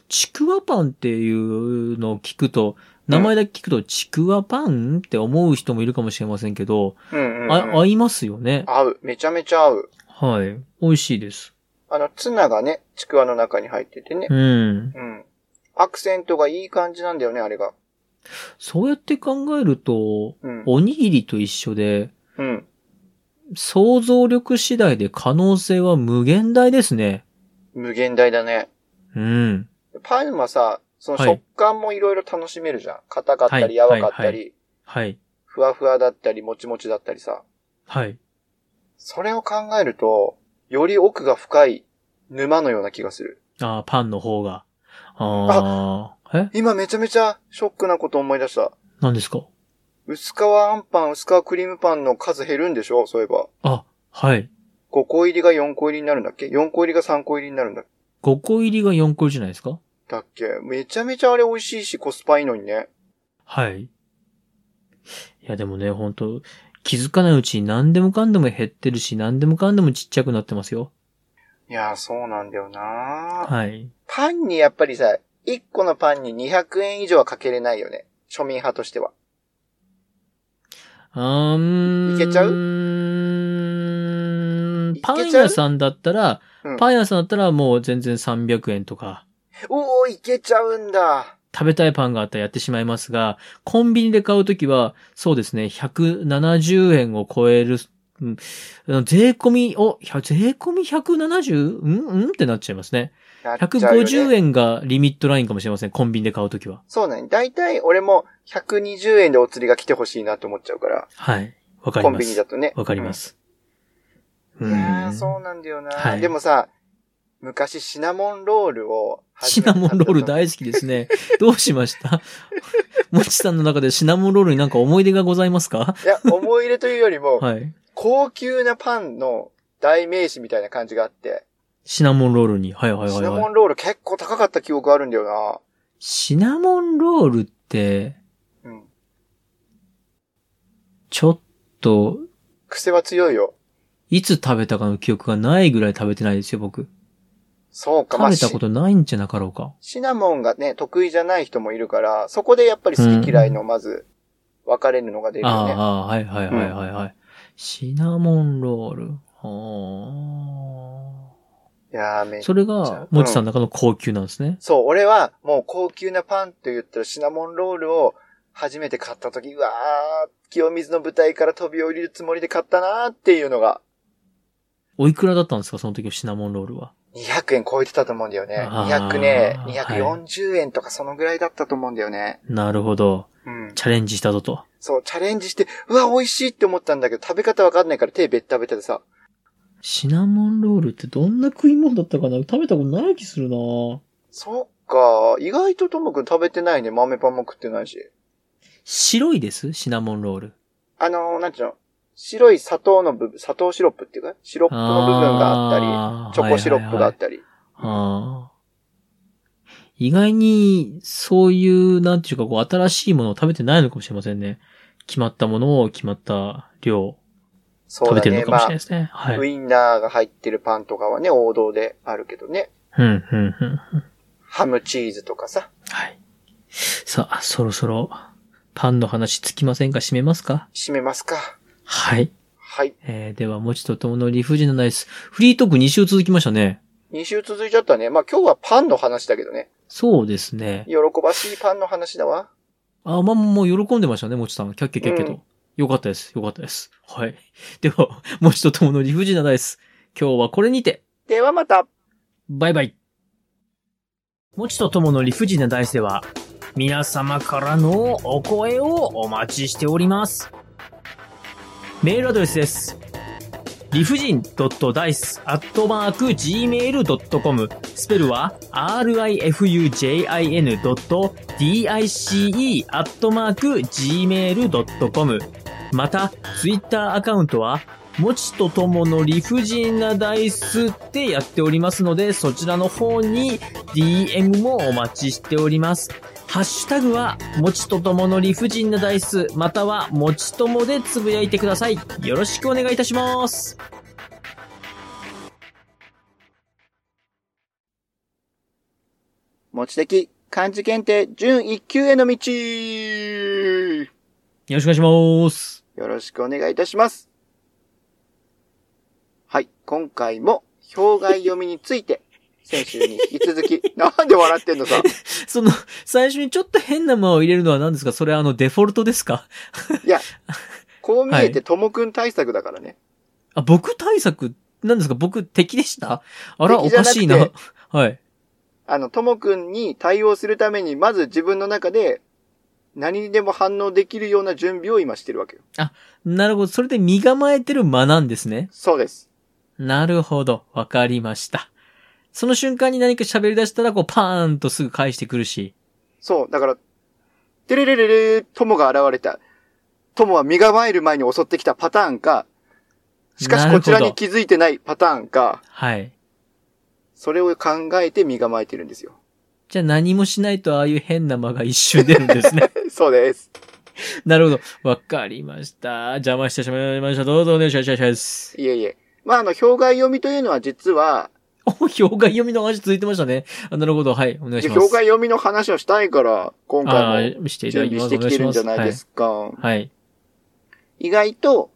Speaker 1: ちくわパンっていうのを聞くと、名前だけ聞くと、ちくわパンって思う人もいるかもしれませんけど、
Speaker 2: うんうん、うん。
Speaker 1: あ合いますよね。
Speaker 2: 合う。めちゃめちゃ合う。
Speaker 1: はい。美味しいです。
Speaker 2: あの、ツナがね、ちくわの中に入っててね
Speaker 1: う。ん。
Speaker 2: うん。アクセントがいい感じなんだよね、あれが。
Speaker 1: そうやって考えると、
Speaker 2: うん。
Speaker 1: おにぎりと一緒で、
Speaker 2: うん。
Speaker 1: 想像力次第で可能性は無限大ですね。
Speaker 2: 無限大だね。
Speaker 1: うん。
Speaker 2: パンはさ、その
Speaker 1: はい
Speaker 2: 食感もいろいろ楽しめるじゃん。硬かったり、柔
Speaker 1: はい
Speaker 2: らかった
Speaker 1: はいは
Speaker 2: り、
Speaker 1: はい。
Speaker 2: ふわふわだったり、もちもちだったりさ。
Speaker 1: はい。
Speaker 2: それを考えると、より奥が深い沼のような気がする。
Speaker 1: あーパンの方が。ああ。え
Speaker 2: 今めちゃめちゃショックなこと思い出した。
Speaker 1: 何ですか
Speaker 2: 薄皮あんパン、薄皮クリームパンの数減るんでしょそういえば。
Speaker 1: あ、はい。
Speaker 2: 5個入りが4個入りになるんだっけ ?4 個入りが3個入りになるんだっけ
Speaker 1: 5個入りが4個入りじゃないですか
Speaker 2: だっけめちゃめちゃあれ美味しいし、コスパいいのにね。
Speaker 1: はい。いや、でもね、本当気づかないうちに何でもかんでも減ってるし、何でもかんでもちっちゃくなってますよ。
Speaker 2: いやー、そうなんだよな
Speaker 1: はい。
Speaker 2: パンにやっぱりさ、1個のパンに200円以上はかけれないよね。庶民派としては。
Speaker 1: うーん。
Speaker 2: いけちゃう
Speaker 1: うーん
Speaker 2: いけちゃう
Speaker 1: パン屋さんだったら、
Speaker 2: うん
Speaker 1: パン屋さんだったらもう全然300円とか、
Speaker 2: おー、いけちゃうんだ。
Speaker 1: 食べたいパンがあったらやってしまいますが、コンビニで買うときは、そうですね、170円を超える、うん、税込みを、ひゃ税込み 170? うんうんってなっちゃいますね。
Speaker 2: なっちゃうよね
Speaker 1: 150円がリミットラインかもしれません。コンビニで買うときは。
Speaker 2: そうだね。だいたい俺も120円でお釣りが来てほしいなと思っちゃうから。
Speaker 1: はい。わかり
Speaker 2: コン
Speaker 1: ま
Speaker 2: ビニ
Speaker 1: す
Speaker 2: だ。とね。
Speaker 1: わかりま。す。
Speaker 2: う、
Speaker 1: うん
Speaker 2: いやー
Speaker 1: ん。
Speaker 2: そうなんだよな、
Speaker 1: はい
Speaker 2: でもさ、昔シナモンロールを
Speaker 1: シ
Speaker 2: 始めた
Speaker 1: ナ
Speaker 2: んだ
Speaker 1: モ
Speaker 2: と
Speaker 1: ン
Speaker 2: 思
Speaker 1: ロ
Speaker 2: う。
Speaker 1: ール大好きです ね。どうしました もちさんの中でシナモンロールになんか思い出がございますか
Speaker 2: いや、思い入れというよりも、
Speaker 1: はい。
Speaker 2: 高級なパンの代名詞みたいな感じがあって、
Speaker 1: シナモンロールに。はいはいは
Speaker 2: シ
Speaker 1: い
Speaker 2: ナモ
Speaker 1: はい。
Speaker 2: ンロール結構高かった記憶あるんだよ
Speaker 1: シナモンロールって、
Speaker 2: なうん。
Speaker 1: ちょっと、
Speaker 2: 癖は強いよ。
Speaker 1: いつ食べたかの記憶がないぐらい食べてないですよ、僕。
Speaker 2: そうか、ま
Speaker 1: 食
Speaker 2: あ
Speaker 1: べたことないんじゃなかろうか。
Speaker 2: シシナモンがね、得意じゃない人もいるから、そこでやっぱり好き嫌いの、まず、分かれるのが出るよね。
Speaker 1: ああ、はいはいはいはいはい。シナモンロール。あ
Speaker 2: いやー、め
Speaker 1: あ。それが、もちさんの中の高級なんですね。
Speaker 2: そう、俺はもう高級なパンと言ったらシナモンロールを初めて買った時、うわー、清水の舞台から飛び降りるつもりで買ったなーっていうのが、
Speaker 1: おいくらだったんですかその時のシナモンロールは。
Speaker 2: 200円超えてたと思うんだよね。
Speaker 1: あー
Speaker 2: 200ね、
Speaker 1: はい
Speaker 2: 240円とかそのぐらいだったと思うんだよね。
Speaker 1: なるほど。
Speaker 2: うん。
Speaker 1: チャレンジしたぞと。
Speaker 2: そう、チャレンジして、うわ、美味しいって思ったんだけど、食べ方わかんないから手べったべたでさ。
Speaker 1: シナモンロールってどんな食い物だったかな食べたことない気するな
Speaker 2: そっか、意外とともくん食べてないね。豆パンも食ってないし。
Speaker 1: 白いですシナモンロール。
Speaker 2: あのー、なんちゅうの白い砂糖の部分、砂糖シロップっていうか、シロップの部分があったり、
Speaker 1: あー
Speaker 2: チョコシロップがあ
Speaker 1: は
Speaker 2: っ
Speaker 1: い
Speaker 2: たり。
Speaker 1: はいはいあー意外に、そういう、なんていうか、こう、新しいものを食べてないのかもしれませんね。決まったものを決まった量
Speaker 2: そ
Speaker 1: 食
Speaker 2: う
Speaker 1: べ
Speaker 2: だ
Speaker 1: てるの
Speaker 2: ね。
Speaker 1: かもしれ
Speaker 2: ま
Speaker 1: ないですね。は
Speaker 2: あ、
Speaker 1: い。
Speaker 2: ウ
Speaker 1: うん、
Speaker 2: インナーが入ってるパンとかはね、王道であるけどね。
Speaker 1: うん、うん。
Speaker 2: ハムチーズとかさ、
Speaker 1: はい。さあ、そろそろ、パンの話つきませんか閉めますか
Speaker 2: 締めますか。
Speaker 1: はい。
Speaker 2: はい。
Speaker 1: えー、では、もちとともの理不尽なナイス。フリートーク2週続きましたね。
Speaker 2: 2週続いちゃったね。まあ今日はパンの話だけどね。
Speaker 1: そうですね。
Speaker 2: 喜ばしいパンの話だわ。
Speaker 1: あ、まあ、もう喜んでましたね、もちさん。キャッキャキャッキャと。
Speaker 2: うん
Speaker 1: よかったです。よかったです。はい。では、もちとともの理不尽なナイス。今日はこれにて。
Speaker 2: ではまた
Speaker 1: バイバイ。もちとともの理不尽なダイスでは、皆様からのお声をお待ちしております。メールアドレスです。理不尽 d i c e g m a i l c o m スペルは rifujin.dice gmail.com また、ツイッターアカウントはもちとともの理不尽なダイスってやっておりますので、そちらの方に DM もお待ちしております。ハッシュタグは、もちとともの理不尽なダイス、または、もちともでつぶやいてください。よろしくお願いいたします。
Speaker 2: 持ち的漢字検定準1級への道
Speaker 1: よろしくお願いします。
Speaker 2: よろしくお願いいたします。はい、今回も、表外読みについて、先週に引き続き、 なんで笑ってんのさ。
Speaker 1: その、最初にちょっと変な間を入れるのは何ですかそれあの、デフォルトですか
Speaker 2: いや、こう見え
Speaker 1: は
Speaker 2: てともくん対策だからね。
Speaker 1: あ、僕対策、何ですか僕敵でしたあら、
Speaker 2: 敵
Speaker 1: お
Speaker 2: じゃ
Speaker 1: か
Speaker 2: なくて
Speaker 1: しいな。はい。
Speaker 2: あの、ともくんに対応するために、まず自分の中で、何にでも反応できるような準備を今してるわけよ。
Speaker 1: なるほど。それで身構えてる間なんですね。
Speaker 2: そうです。
Speaker 1: なるほど。わかりました。その瞬間に何か喋り出したら、こう、パーンとすぐ返してくるし。
Speaker 2: そう、だから、てれれれれ、ともが現れた。ともは身構える前に襲ってきたパターンか、しかしこちら
Speaker 1: なる
Speaker 2: に
Speaker 1: ほど
Speaker 2: 気づいてないパターンか、
Speaker 1: はい。
Speaker 2: それを考えて身構えてるんですよ。
Speaker 1: じゃあ何もしないとああいう変な間が一瞬出るんです ね。
Speaker 2: そうです。
Speaker 1: なるほど。わかりました。邪魔してしまいました。どうぞお願いします。
Speaker 2: いえいえ。まあ、あの、表外読みというのは実は、
Speaker 1: お、表外読みの話続いてましたね。あなるほど。はい。お願いし
Speaker 2: 表
Speaker 1: ます。
Speaker 2: 外読みの話をしたいから、今
Speaker 1: あ
Speaker 2: 回も
Speaker 1: ーしていただ
Speaker 2: 準
Speaker 1: き
Speaker 2: 備
Speaker 1: ます。
Speaker 2: して
Speaker 1: お
Speaker 2: き
Speaker 1: 願い
Speaker 2: て
Speaker 1: し
Speaker 2: るん
Speaker 1: ま
Speaker 2: じ
Speaker 1: す。
Speaker 2: ゃないですか。
Speaker 1: はい。はい。
Speaker 2: 意外と、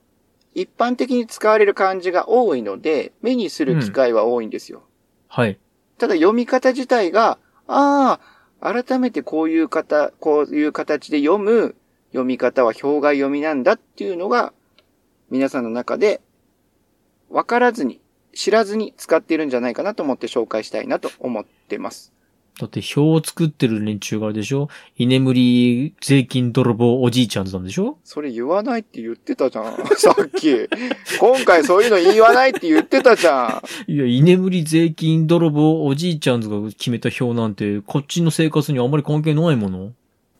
Speaker 2: 一般的に使われる漢字が多いので、目にする機会は多いんですよ。
Speaker 1: はい。
Speaker 2: ただ読み方自体が、ああ、改めてこういう方、こういう形で読む読み方は表外読みなんだっていうのが、皆さんの中で、分からずに、知らずに使っているんじゃないかなと思って紹介したいなと思ってます。
Speaker 1: だって表を作ってる連中があれでしょ居眠り税金泥棒おじいちゃんなんでしょ
Speaker 2: それ言わないって言ってたじゃ ん。さっき。今回そういうの言わないって言ってたじゃん。
Speaker 1: いや、居眠り税金泥棒おじいちゃんズが決めた表なんて、こっちの生活にあんまり関係ないもの。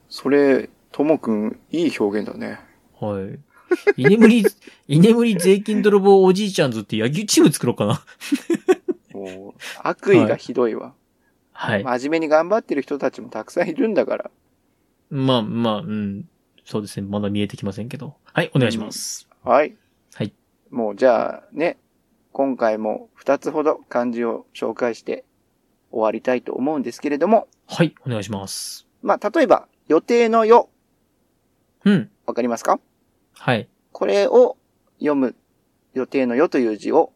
Speaker 2: それ、ともくん、いい表現だね。
Speaker 1: はい。居眠り、 居眠り税金泥棒おじいちゃんズって野球チーム作ろうかな。
Speaker 2: もう、悪意がひどいわ。
Speaker 1: はい。
Speaker 2: 真面目に頑張ってる人たちもたくさんいるんだから。
Speaker 1: まあまあ、うん。そうですね。まだ見えてきませんけど。はい、お願いします。
Speaker 2: はい。
Speaker 1: はい。
Speaker 2: もうじゃあね、今回も2つほど漢字を紹介して終わりたいと思うんですけれども、
Speaker 1: はい、お願いします。
Speaker 2: まあ例えば予定の予、
Speaker 1: うん。
Speaker 2: わかりますか
Speaker 1: はい。
Speaker 2: これを読む予定の予という字を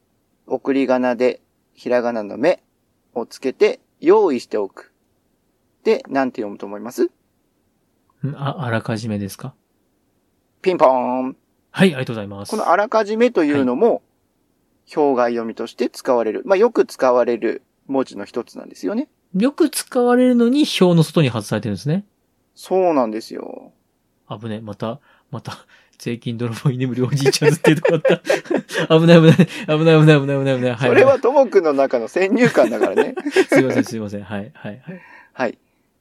Speaker 2: 送り仮名でひらがなの目をつけて用意しておく。で、なんて読むと思います
Speaker 1: んあ、あらかじめですか
Speaker 2: ピンポーン
Speaker 1: はい、ありがとうございます。
Speaker 2: このあらかじめというのも、表外読みとして使われる。まあ、よく使われる文字の一つなんですよね。
Speaker 1: よく使われるのに表の外に外されてるんですね。
Speaker 2: そうなんですよ。
Speaker 1: 危ね。また、また、税金泥棒居眠りおじいちゃんズっていうとこだった。危 ない危ない。危ない危ない危ない危ない危ない。はい。
Speaker 2: それはともくんの中の先入観だから ね。
Speaker 1: すいませんすいません。はい、はい、はい
Speaker 2: はい。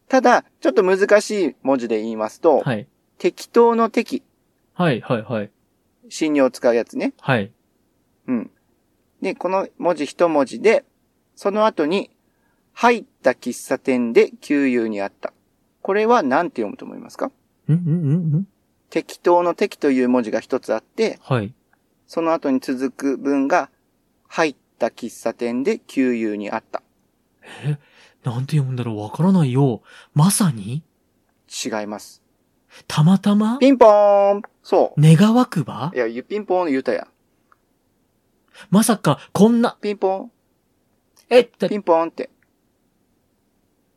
Speaker 2: ただ、ちょっと難しい文字で言いますと、
Speaker 1: はい。
Speaker 2: 適当の適、
Speaker 1: はい、はい、はい。
Speaker 2: 信用を使うやつね。
Speaker 1: はい。
Speaker 2: うん。で、この文字一文字で、その後に、入った喫茶店で給油にあった。これは何て読むと思いますか
Speaker 1: んんんん
Speaker 2: 適当の適という文字が一つあって、
Speaker 1: はい。
Speaker 2: その後に続く文が、入った喫茶店で給油にあった。
Speaker 1: なんて読むんだろうわからないよ。まさに
Speaker 2: 違います。
Speaker 1: たまたま
Speaker 2: ピンポーンそう。
Speaker 1: 願わくば
Speaker 2: いや、ゆピンポーン言うたや。
Speaker 1: まさか、こんな、
Speaker 2: ピンポ
Speaker 1: え、
Speaker 2: ーン、
Speaker 1: だ
Speaker 2: ピンポーンって、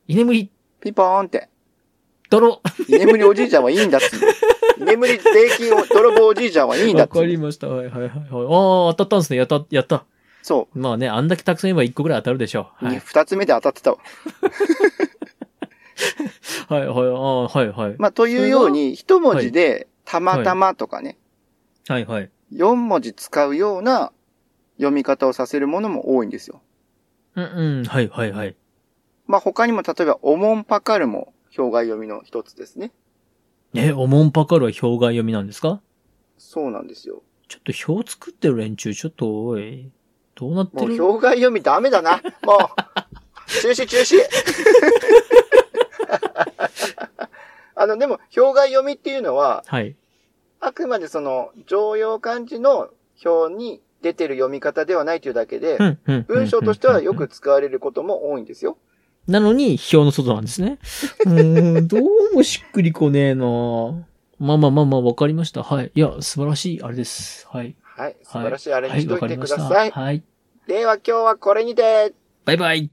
Speaker 1: 居眠り
Speaker 2: ピンポーンって。
Speaker 1: 泥
Speaker 2: 居眠りおじいちゃんはいいんだっつう の居眠り税金を泥棒おじいちゃんはいいんだ
Speaker 1: わ
Speaker 2: っつう
Speaker 1: か
Speaker 2: の
Speaker 1: りました。はい、はい、はい。はいああ、当たったんですね。やった、やった。
Speaker 2: そ
Speaker 1: まあね、あんだけたくさん言えば一個ぐらい当たるでしょう。
Speaker 2: う。
Speaker 1: は
Speaker 2: に
Speaker 1: い。
Speaker 2: 二つ目で当たってたわ。
Speaker 1: はい、はい、ああ、はい、はい。
Speaker 2: まあ、というように、一文字で、たまたまとかね、
Speaker 1: はい、はい。
Speaker 2: 四文字使うような読み方をさせるものも多いんですよ。
Speaker 1: うん、うん、はい、はい、はい。
Speaker 2: まあ、他にも例えば、おもんぱかるも、表外読みの一つですね。
Speaker 1: え、おもんぱかるは表外読みなんですか
Speaker 2: そうなんですよ。
Speaker 1: ちょっと表作ってる連中、ちょっと、おい、どうなっ
Speaker 2: も
Speaker 1: て
Speaker 2: う
Speaker 1: る
Speaker 2: 表外読みダメだな。もう。中止中止。 あの、でも、表外読みっていうのは、
Speaker 1: はい。
Speaker 2: あくまでその、常用漢字の表に出てる読み方ではないというだけで、
Speaker 1: ん、うん
Speaker 2: 文章としてはよく使われることも多いんですよ。
Speaker 1: なのに、表の外なんですね。 うーん、どうもしっくりこねえなまあまあまあまあ、わかりました。はい。いや、素晴らしい、あれです。はい。
Speaker 2: はい。素晴らしいアレン
Speaker 1: は
Speaker 2: ジし
Speaker 1: い、
Speaker 2: と
Speaker 1: わ
Speaker 2: い
Speaker 1: か
Speaker 2: て
Speaker 1: りま
Speaker 2: く
Speaker 1: し
Speaker 2: だ
Speaker 1: た。
Speaker 2: さい。
Speaker 1: はい。
Speaker 2: では今日はこれにて、
Speaker 1: バイバイ。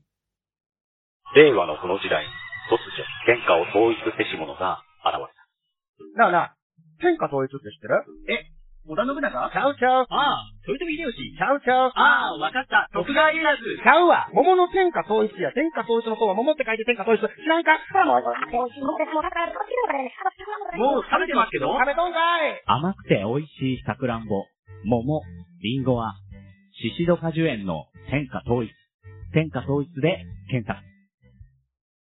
Speaker 3: 令和のこの時代、突如、天下を統一せし者が現れた。
Speaker 4: なあなあ、天下統一って知ってる
Speaker 5: 織田信長
Speaker 4: ちゃうちゃう。
Speaker 5: ああ、豊臣秀吉。
Speaker 4: ちゃうちゃう。
Speaker 5: ああ、わかった。徳川家康。
Speaker 4: ちゃうわ。桃の天下統一や。天下統一の方は桃って書いて天下統一。知らんか
Speaker 5: もう食べてますけど
Speaker 4: 食べとんかい
Speaker 6: 甘くて美味しいさくらんぼ、桃、りんごは、シシド果樹園の天下統一。天下統一で検索。